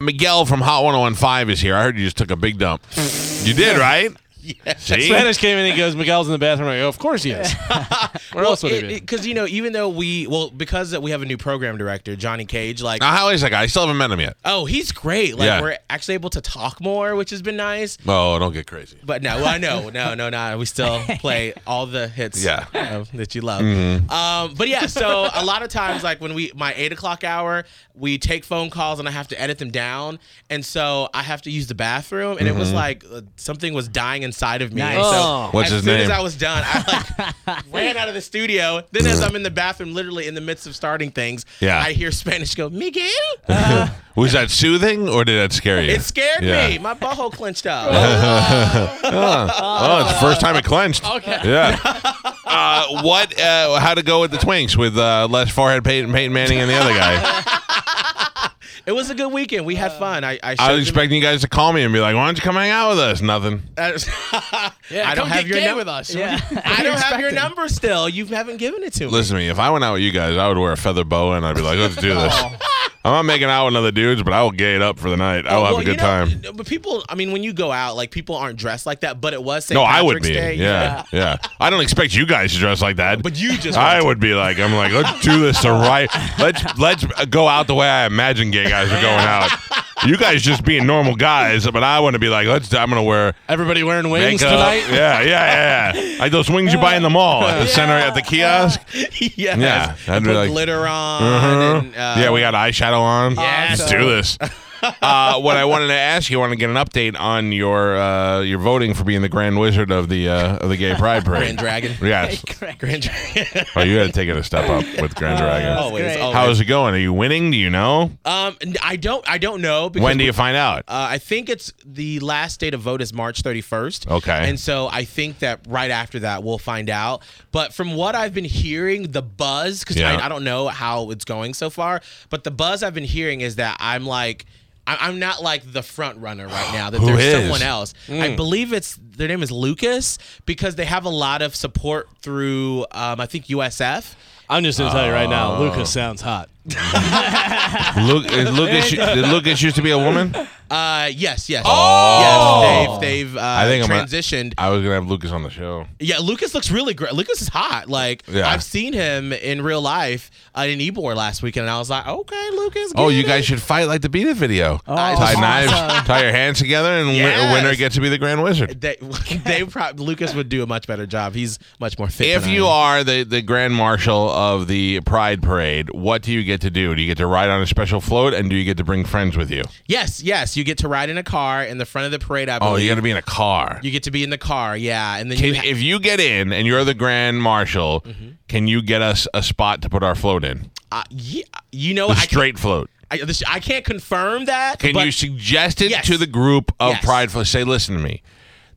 Miguel from Hot 1015 is here. I heard you just took a big dump. You did, right? See? Spanish came in and he goes, Miguel's in the bathroom. I go, of course he is. Where else would he be? Because you know, even though we well, because that we have a new program director, Johnny Cage, like Now, how is that guy? I still haven't met him yet. oh, he's great. Like Ah. Yeah. we're actually able to talk more, which has been nice. Oh, don't get crazy. But no, well, I know, no, no, no. We still play all the hits, Yeah. Mm-hmm. uh, that you love. Um, but yeah, so a lot of times, like when we my eight o'clock hour, we take phone calls and I have to edit them down, and so I have to use the bathroom, and it was like uh, something was dying inside of me. and Nice. so Oh. Mm-hmm. What's as his soon name? As I was done, I like ran out of the studio. Then as I'm in the bathroom, literally in the midst of starting things, Mm. Yeah. I hear Spanish go Miguel. Was that soothing or did that scare you? Uh, It scared Yeah. me. My butthole clenched up. Oh, it's the first time it clenched. Okay. Yeah. Uh, what? Uh, how to go with the twinks with uh, Les Forehead, Peyton, Peyton Manning, and the other guy? it was a good weekend. We had fun. I I, I showed was them- expecting you guys to call me and be like, "Why don't you come hang out with us?" Nothing. yeah, I don't have your number. with us. Yeah. I don't have your number still. You haven't given it to me. Listen to me. If I went out with you guys, I would wear a feather boa and I'd be like, "Let's do this." Oh. I'm not making out with other dudes, but I will gay it up for the night. I will have Oh, Well, a you good know, time. But people, I mean, when you go out, like people aren't dressed like that. But it was St. No, I Patrick's would be. Day. Yeah, yeah. I don't expect you guys to dress like that. But you just I want would be like, I'm like, let's do this the right. Let's let's go out the way I imagine gay guys are going out. You guys just being normal guys, but I want to be like, let's. I'm gonna wear Everybody wearing wings makeup. tonight. Yeah, yeah, yeah. Like those wings you buy in the mall at the center at the kiosk. yes. Yeah, that'd And be put like- glitter on. And, uh, Uh-huh. yeah, we got eyeshadow on. Yes. Let's do this. uh, what I wanted to ask you, I want to get an update on your uh, your voting for being the Grand Wizard of the uh, of the Gay Pride Parade. Grand Dragon. Yes. Grand Dragon. Oh, you had to take it a step up with Grand Dragon. Oh, always, great. always. How is it going? Are you winning? Do you know? um, n- I don't, I don't know. Because When do you find out? Uh, I think it's the last day to vote is March 31st. Okay. And so I think that right after that, we'll find out. But from what I've been hearing, the buzz, because Yeah. I, I don't know how it's going so far, but the buzz I've been hearing is that I'm like, I- I'm not like the front runner right now. That Who there's is? Hmm. someone else. I believe it's their name is Lucas because they have a lot of support through um, I think USF. I'm just going to tell you right now, Lucas sounds hot. Luke, is Lucas, did Lucas used to be a woman? Uh, yes, yes, Oh! yes. They've they've uh, think I'm a- transitioned. I was gonna have Lucas on the show. Yeah, Lucas looks really great. Lucas is hot. Like Yeah. I've seen him in real life uh, in Ebor last weekend, and I was like, okay, Lucas. Oh, get you it. guys should fight like the Beat It video. tie awesome. knives, tie your hands together, and win- Oh, Yes. winner gets to be the Grand Wizard. They, they prob- Lucas would do a much better job. He's much more fit. If than I you am. are the, the Grand Marshal of the Pride Parade, what do you get to do? Do you get to ride on a special float, and do you get to bring friends with you? yes, yes, you get to ride in a car in the front of the parade. I believe Oh, you got to be in a car. You get to be in the car, yeah, and then Can, Mm-hmm. you ha- if you get in and you're the Grand Marshal, can you get us a spot to put our float in? uh, yeah, you know The I can't- straight float. I, this, I can't confirm that. Can but you suggest it Yes. to the group of Yes. prideful? Say, listen to me.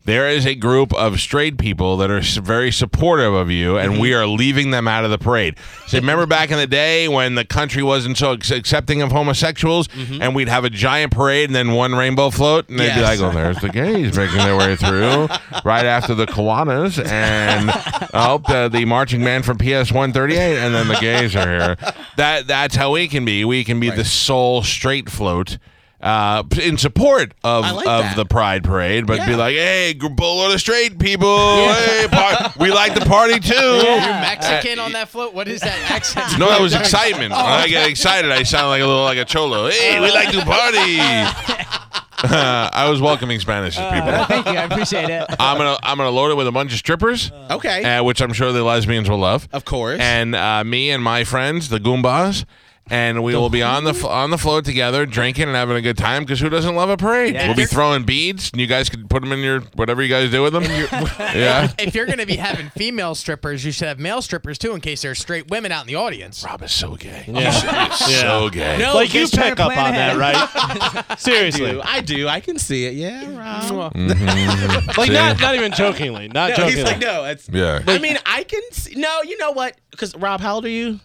There is a group of straight people that are s- very supportive of you, and we are leaving them out of the parade. So remember back in the day when the country wasn't so ac- accepting of homosexuals, and we'd have a giant parade and then one rainbow float, and they'd be like, Yes. "Oh, there's the gays making their way through right after the Kiwanis, and oh, the, the marching band from PS 138, and then the gays are here." That that's how we can be. We can be the sole straight float uh, in support of I like of that. the Pride Parade, but be Yeah. like, "Hey, gr- boatload of straight people, hey, par- we like the party too." Mexican on that float? What is that accent? No, that was excitement. When I get excited, I sound like a little like a cholo. Hey, we like to party. I was welcoming Spanish to people. Uh, Thank you. I appreciate it. I'm gonna I'm gonna load it with a bunch of strippers, okay, uh, which I'm sure the lesbians will love, of course. and uh, me and my friends, the Goombas. and we will be on the f- on the float together, drinking and having a good time. Because who doesn't love a parade? We'll be throwing beads, and you guys can put them in your whatever you guys do with them. yeah. If you're going to be having female strippers, you should have male strippers too, in case there's straight women out in the audience. Rob is so gay. Yeah. He's so- he's so gay. No, like you just trying pick to up on plan that, right? Seriously. ahead. I do. I can see it. Yeah, Rob. Like Mm-hmm. See? not not even jokingly. Not No, jokingly. he's like, no, it's. Yeah. I mean, I can. See, no, you know what? Because Rob, how old are you?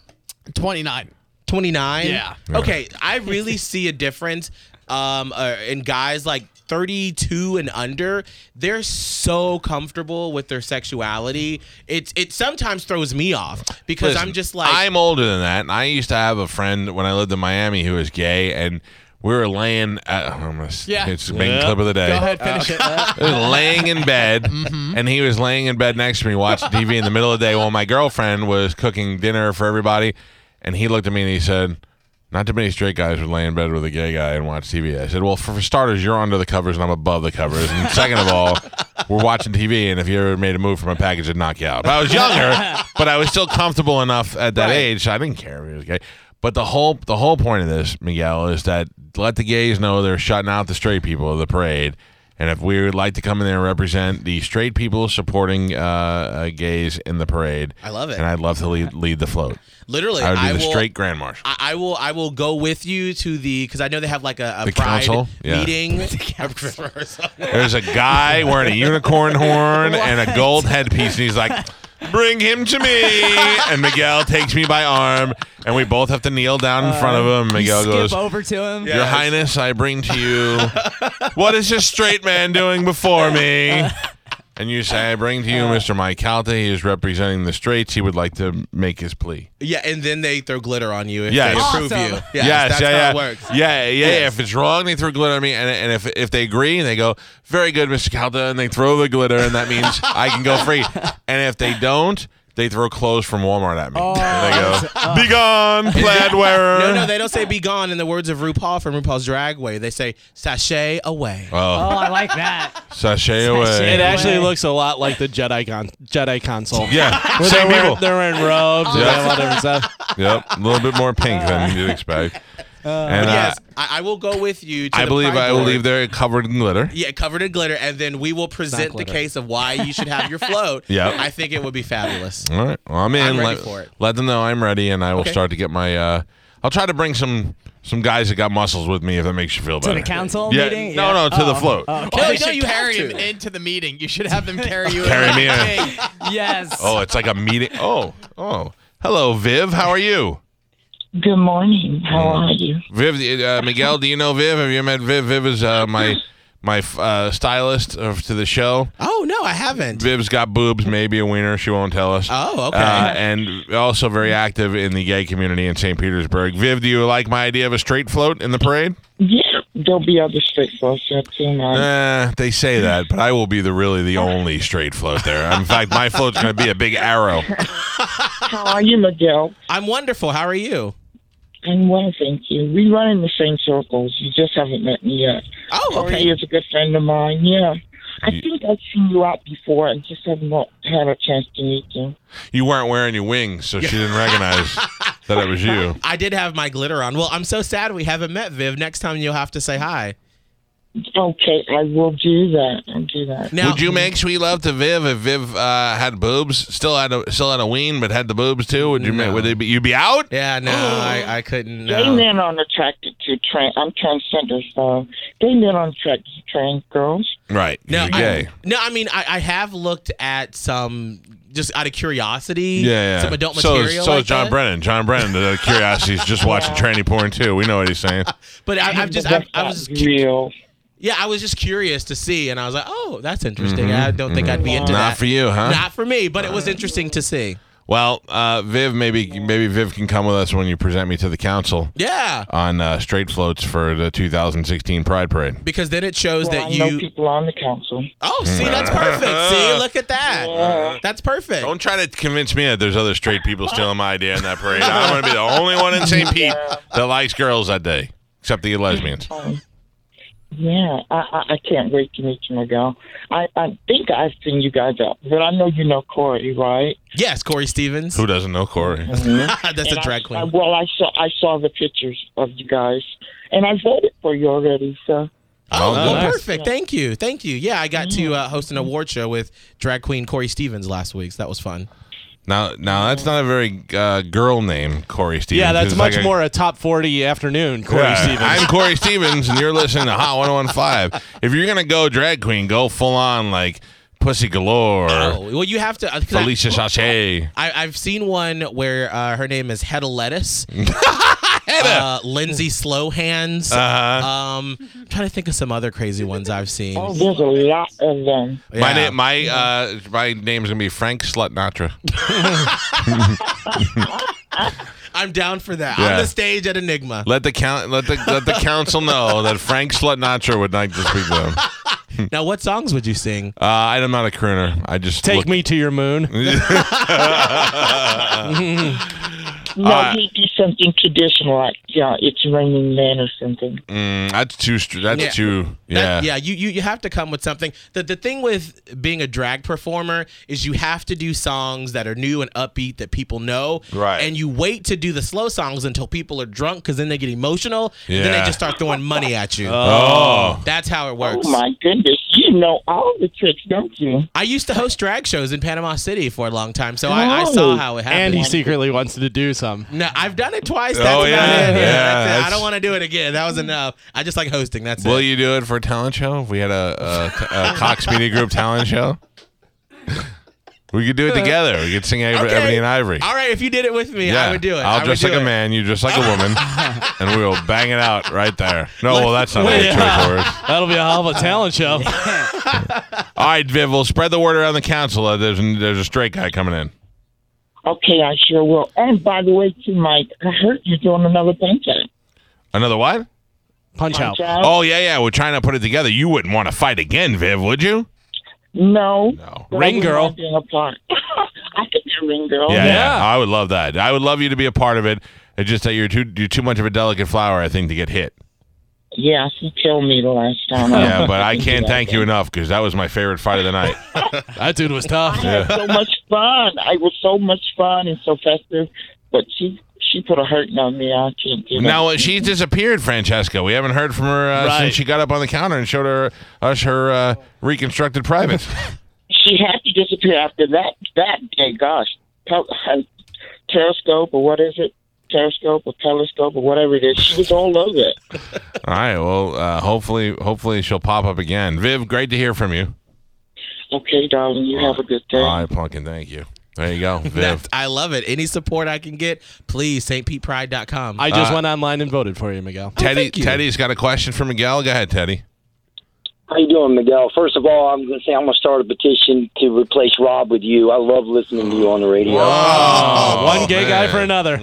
29. 29 Yeah. okay i really see a difference um uh, in guys like 32 and under they're so comfortable with their sexuality it's it sometimes throws me off because i'm Listen, just like I'm older than that, and I used to have a friend when I lived in Miami who was gay, and we were laying. At, I'm gonna s- Yeah. It's the main Yeah. clip of the day. Go ahead, finish it. I was laying in bed, and he was laying in bed next to me watching TV in the middle of the day while my girlfriend was cooking dinner for everybody. And he looked at me and he said, Not too many straight guys would lay in bed with a gay guy and watch TV. I said, Well, for, for starters, you're under the covers and I'm above the covers. And second of all, we're watching TV, and if you ever made a move from a package, it'd knock you out. But I was younger, but I was still comfortable enough at that age. I didn't care if he was gay. But the whole the whole point of this, Miguel, is that let the gays know they're shutting out the straight people of the parade. And if we would like to come in there and represent the straight people supporting uh, uh, gays in the parade, I love it. and I'd love to lead, lead the float. literally I would be the will, straight grand marshal. I, I will I will go with you to the because I know they have like a, a The pride council? Yeah. meeting. Rehearsal. There's a guy wearing a unicorn horn and a gold headpiece, and he's like, "Bring him to me." And Miguel takes me by arm, and we both have to kneel down in front of him. And Miguel skip goes, over to him. Your Highness, I bring to you what is this straight man doing before me? And you say, I bring to you Mr. Mike Calta. He is representing the straights. He would like to make his plea. yeah, and then they throw glitter on you if Yes. they approve Awesome. you. Yes, that's yeah, how yeah. it works. Yeah, yeah, yeah. If it's wrong, they throw glitter at me. And, and if, if they agree, they go, very good, Mr. Calta. And they throw the glitter, and that means I can go free. And if they don't, they throw clothes from Walmart at me. and they go, be gone, plaid wearer. No, no, they don't say "be gone" in the words of RuPaul from RuPaul's Drag Race. They say "sashay away." Oh, oh, I like that. sachet away. it actually Anyway. looks a lot like the Jedi con Jedi console. Yeah, Where they're same wearing, people. They're wearing robes and Yeah. they have a lot of different stuff. Yep, a little bit more pink than you'd expect. and uh, yes, I, I will go with you. To I the believe Pride I will Board. leave there covered in glitter. Yeah, covered in glitter, and then we will present the glitter. case of why you should have your float. Yep. I think it would be fabulous. All right, well, I'm in. I'm ready let, for it. let them know I'm ready, and I will Okay. start to get my. Uh, I'll try to bring some some guys that got muscles with me if that makes you feel To better. the council yeah, meeting? no, Yeah. no, to the Oh. float. Oh, Oh, okay. no, you you have carry to. him into the meeting. You should have them carry you. Carry me in. Hey, Yes. Oh, it's like a meeting. Oh, oh, hello, Viv. How are you? Good morning. How are you? Viv, uh, Miguel, do you know Viv? Have you met Viv? Viv is uh, my my uh, stylist of, to the show. Oh no, I haven't. Viv's got boobs, maybe a wiener. She won't tell us. Oh, okay. Uh, and also very active in the gay community in St. Petersburg. Viv, do you like my idea of a straight float in the parade? Yeah, there'll be other straight folks up too now. Uh, they say that, but I will be the really the only straight float there. In fact, my float's going to be a big arrow. How are you, Miguel? I'm wonderful. How are you? I'm well, thank you. We run in the same circles. You just haven't met me yet. Oh, Corey okay. is a good friend of mine. Yeah. I You- think I've seen you out before and just have not had a chance to meet you. You weren't wearing your wings, so she didn't recognize that it was you. I did have my glitter on. Well, I'm so sad we haven't met, Viv. Next time you'll have to say hi. Okay, I will do that. I'll do that. Now, Would you make sweet love to Viv if Viv uh, had boobs, still had a still had a ween, but had the boobs too? Would you? ma- Would they be? You be out? Yeah, no, I, I couldn't. Gay No. men aren't attracted to trans. I'm transgender, so gay men aren't attracted to trans girls. Right. No, You're I, gay. no, I mean, I, I have looked at some just out of curiosity. Yeah, yeah. Some adult so is- material. So like is John that. Brennan. John Brennan, the curiosity's just watching tranny porn too. We know what he's saying. But I, I've just, I, That's I not was just cu- real. Yeah, I was just curious to see, and I was like, "Oh, that's interesting." I don't think I'd be into Mm-hmm. Not that. for you, huh? Not for me, but it was interesting to see. well, uh, Viv, maybe maybe Viv can come with us when you present me to the council Yeah, on uh, straight floats for the 2016 Pride Parade. because then it shows Well, I that know you. people on the council. Oh, see, that's perfect. see, look at that. That's perfect. Don't try to convince me that there's other straight people stealing my idea in that parade. I'm going to be the only one in St. Pete that likes girls that day, except the lesbians. Um, Yeah, I, I, I can't wait to meet you, Miguel. I, I think I've seen you guys up, but I know you know Corey, right? Yes, Corey Stevens. Who doesn't know Corey? That's And a drag I, queen. I, well, I saw I saw the pictures of you guys, and I voted for you already. So Oh, well, nice. perfect. Thank you. Thank you. Yeah, I got Mm. to uh, host an award show with drag queen Corey Stevens last week. So that was fun. Now, now that's not a very uh, girl name, Corey Stevens. Yeah, that's It's much like a- more a top 40 afternoon, Corey Yeah. Stevens. I'm Corey Stevens, and you're listening to Hot 1015. If you're gonna go drag queen, go full on like Pussy Galore, Oh, well, you have to. 'cause I- Felicia Sachet. I, I've seen one where uh, her name is Hedda Lettuce, uh, Lindsay Slowhands. Uh-huh. Um, I'm trying to think of some other crazy ones I've seen. there's a lot of them. My Yeah. name, my uh, my name's gonna be Frank Slutnatra. I'm down for that. Yeah. On the stage at Enigma. Let the count, let the let the council know that Frank Slutnatra would like to speak to him. Uh, Now, what songs would you sing? I'm not a crooner. I just Take look- me to your moon. No, Uh, you do something traditional, like yeah, it's raining men or something. Oh, Mm, that's too. str- That's Yeah. too. Yeah. That- yeah. You, you you have to come with something. The the thing with being a drag performer is you have to do songs that are new and upbeat that people know. Right. And you wait to do the slow songs until people are drunk because then they get emotional. And then they Yeah. just start throwing money at you. Oh. That's how it Oh works. my goodness, you know all the tricks, don't you? I used to host drag shows in Panama City for a long time, so I, I Oh. saw how it happened. And he secretly wants to do some. no, I've done it twice. Oh, That's about yeah, it. yeah, that's it. I that's- don't want to do it again. That was enough. I just like hosting. That's Will it. you do it for a talent show? If we had a, a, a Cox Media Group talent show, we could do it together. We could sing Ivory, Okay. Ebony and Ivory. All right, if you did it with me, I would do it. I I'll would dress do like it. a man, you dress like a woman, and we will bang it out right there. No, well, that's not a good Yeah. choice of words. That'll be a hell of a talent show. All right, Viv, we'll spread the word around the council. that there's, there's a straight guy coming in. Okay, I sure will. And by the way, too, Mike, I heard you're doing another punch out. Another what? Punch out. Punch out? Oh, yeah, yeah. We're trying to put it together. You wouldn't want to fight again, Viv, would you? No. No. But I Ring wouldn't girl. mind Being a part. I could be a ring girl. Yeah, Oh, yeah. Yeah. I would love that. I would love you to be a part of it. It's just that you're too you're too much of a delicate flower, I think, to get hit. Yeah, she killed me the last time. Yeah, but I can't thank you enough because that was my favorite fight of the night. That dude was tough. I had so much fun. I was so much fun and so festive, but she she put a hurting on me. I can't do that. now uh, she's disappeared, Francesca. We haven't heard from her uh, Right. since she got up on the counter and showed her us her uh, reconstructed privates. she had to disappear after that that day. Gosh, Pel- uh, Periscope or what is it? Periscope or Telescope or whatever it is. She was all over it. All right. Well, uh, hopefully, hopefully she'll pop up again. Viv, great to hear from you. Okay, darling, you have a good day. All right, Plunkin. Thank you. There you go, Viv. That's, I love it. Any support I can get, please, stpetepride.com. I Uh, just went online and voted for Oh, you, Miguel. Teddy, thank you. Teddy's got a question for Miguel. Go ahead, Teddy. How you doing, Miguel? First of all, I'm going to say I'm going to start a petition to replace Rob with you. I love listening to you on the radio. Oh, One gay guy for another.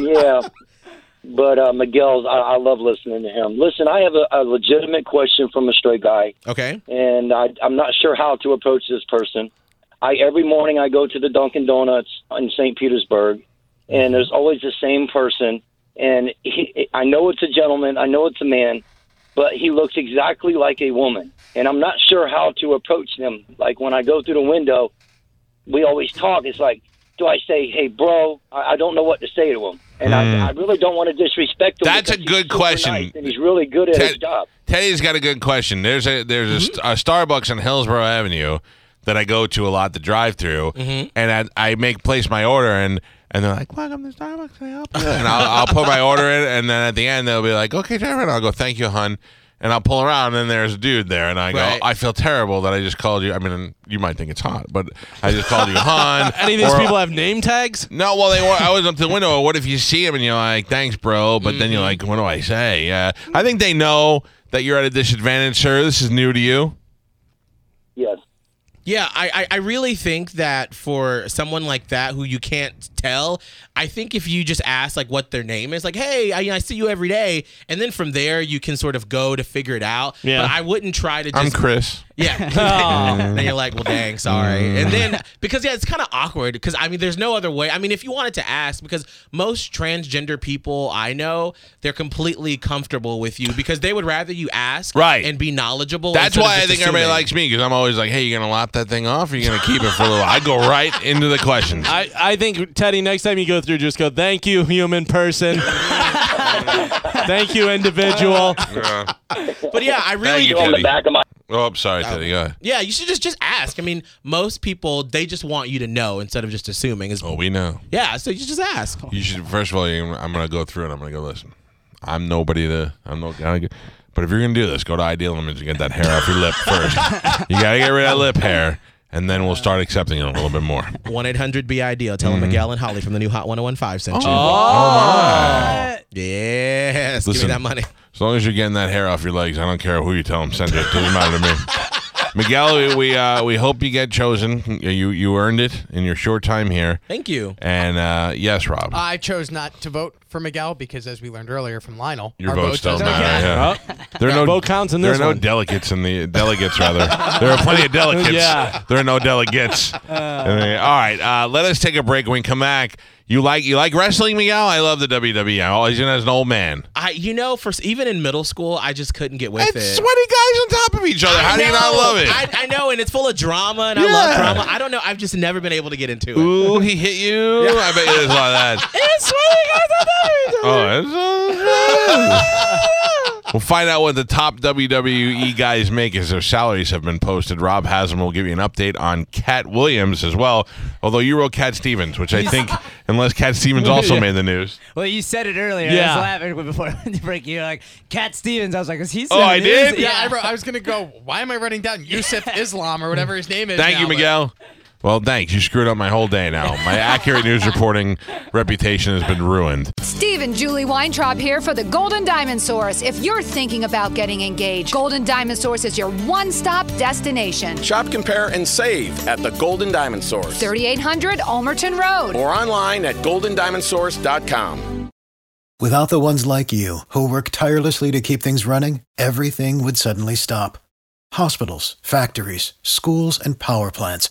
Yeah, but uh, Miguel, I, I love listening to him. Listen, I have a, a legitimate question from a straight guy, okay. and I, I'm not sure how to approach this person. I every morning I go to the Dunkin' Donuts in St. Petersburg, and there's always the same person. And he, I know it's a gentleman, I know it's a man, but he looks exactly like a woman. And I'm not sure how to approach him. Like when I go through the window, we always talk. It's like, do I say, "Hey, bro"? I, I don't know what to say to him, and I, I really don't want to disrespect him. Mm. That's because a he's good super question. nice and he's really good at his Ted- job. Teddy's got a good question. There's a there's Mm-hmm. a st- a, Starbucks on Hillsborough Avenue that I go to a lot, the drive-through, Mm-hmm. and I, I make place my order, and and they're like, "Welcome to Starbucks, can I help you?" and I'll, I'll put my order in, and then at the end they'll be like, "Okay, driver," and I'll go, "Thank you, hun." And I'll pull around, and there's a dude there, and I go, Right. "I feel terrible that I just called you." I mean, you might think it's hot, but I just called you, hun. Any of these or- people have name tags? no, well, they were. I was up to the window. What if you see him and you're like, "Thanks, bro," but then you're like, "What do I say?" Yeah, I think they know that you're at a disadvantage, sir. This is new to you. Yes. Yeah, I, I, I really think that for someone like that who you can't tell, I think if you just ask like what their name is, like, hey, I, I see you every day, and then from there you can sort of go to figure it out. Yeah. But I wouldn't try to just I'm Chris. Yeah. and you're like, well, dang, Mm. sorry. And then because yeah, it's kind of awkward because I mean, there's no other way. I mean, if you wanted to ask, because most transgender people I know, they're completely comfortable with you because they would rather you ask, Right. and be knowledgeable. That's instead of why I just think everybody assuming. likes me because I'm always like, hey, you gonna lop that thing off? Or you gonna keep it for a little? while? I go right into the questions. I, I think Teddy, next time you go through, just go, "Thank you, human person. Thank you, individual." Yeah. But yeah, I really you, on the Teddy. back of my Oh, I'm sorry, Teddy. Go ahead. Yeah, you should just just ask. I mean, most people they just want you to know instead of just assuming. Is Oh, we know. yeah, so you just ask. You should first of all. you I'm gonna go through it. I'm gonna go listen. I'm nobody to. I'm no. I don't- But if you're gonna do this, go to Ideal Image and get that hair off your lip first. You gotta get rid of that lip hair, and then we'll start accepting it a little bit more. One eight hundred B ideal. Mm. Tell them Miguel and Holly from the new Hot 1015 sent you. Oh, my! Yes, Listen. give me that money. As long as you're getting that hair off your legs, I don't care who you tell them. Send it. Doesn't matter to me. Miguel, we we, uh, we hope you get chosen. You you earned it in your short time here. Thank you. And uh, yes, Rob, I chose not to vote for Miguel because, as we learned earlier from Lionel, your our votes don't doesn't matter. count. yeah. There are no Vote counts in There this are no one. delegates in the delegates rather. There are plenty of delegates. Yeah. There are no delegates. I mean, all right, uh, let us take a break. When we come back, you like you like wrestling, Miguel? I love the WWE. I always in as an old man. I, you know, for even in middle school, I just couldn't get with It's it. sweaty guys on top of each other. How I do you not know. love it? I, I know, and it's full of drama, and I Yeah. love drama. I don't know. I've just never been able to get into it. Ooh, he hit you. I bet you there's a lot of that. It's sweaty guys on top of each other. Oh, that's- We'll find out what the top WWE guys make as their salaries have been posted. Rob Haslam will give you an update on Cat Williams as well. Although you wrote Cat Stevens, which I think, unless Cat Stevens also made the news. Well, you said it earlier. Yeah. I was laughing before the break. You're like, Cat Stevens. I was like, is he Oh, I saying this? did? Yeah, I, wrote, I was gonna go. Why am I running down Yusuf Islam or whatever his name is? Thank now, you, but- Miguel. Well, thanks. You screwed up my whole day now. My accurate news reporting reputation has been ruined. Steve and Julie Weintraub here for the Golden Diamond Source. If you're thinking about getting engaged, Golden Diamond Source is your one stop destination. Shop, compare, and save at the Golden Diamond Source 3800 Olmerton Road. or online at goldendiamondsource.com. Without the ones like you, who work tirelessly to keep things running, everything would suddenly stop. Hospitals, factories, schools, and power plants,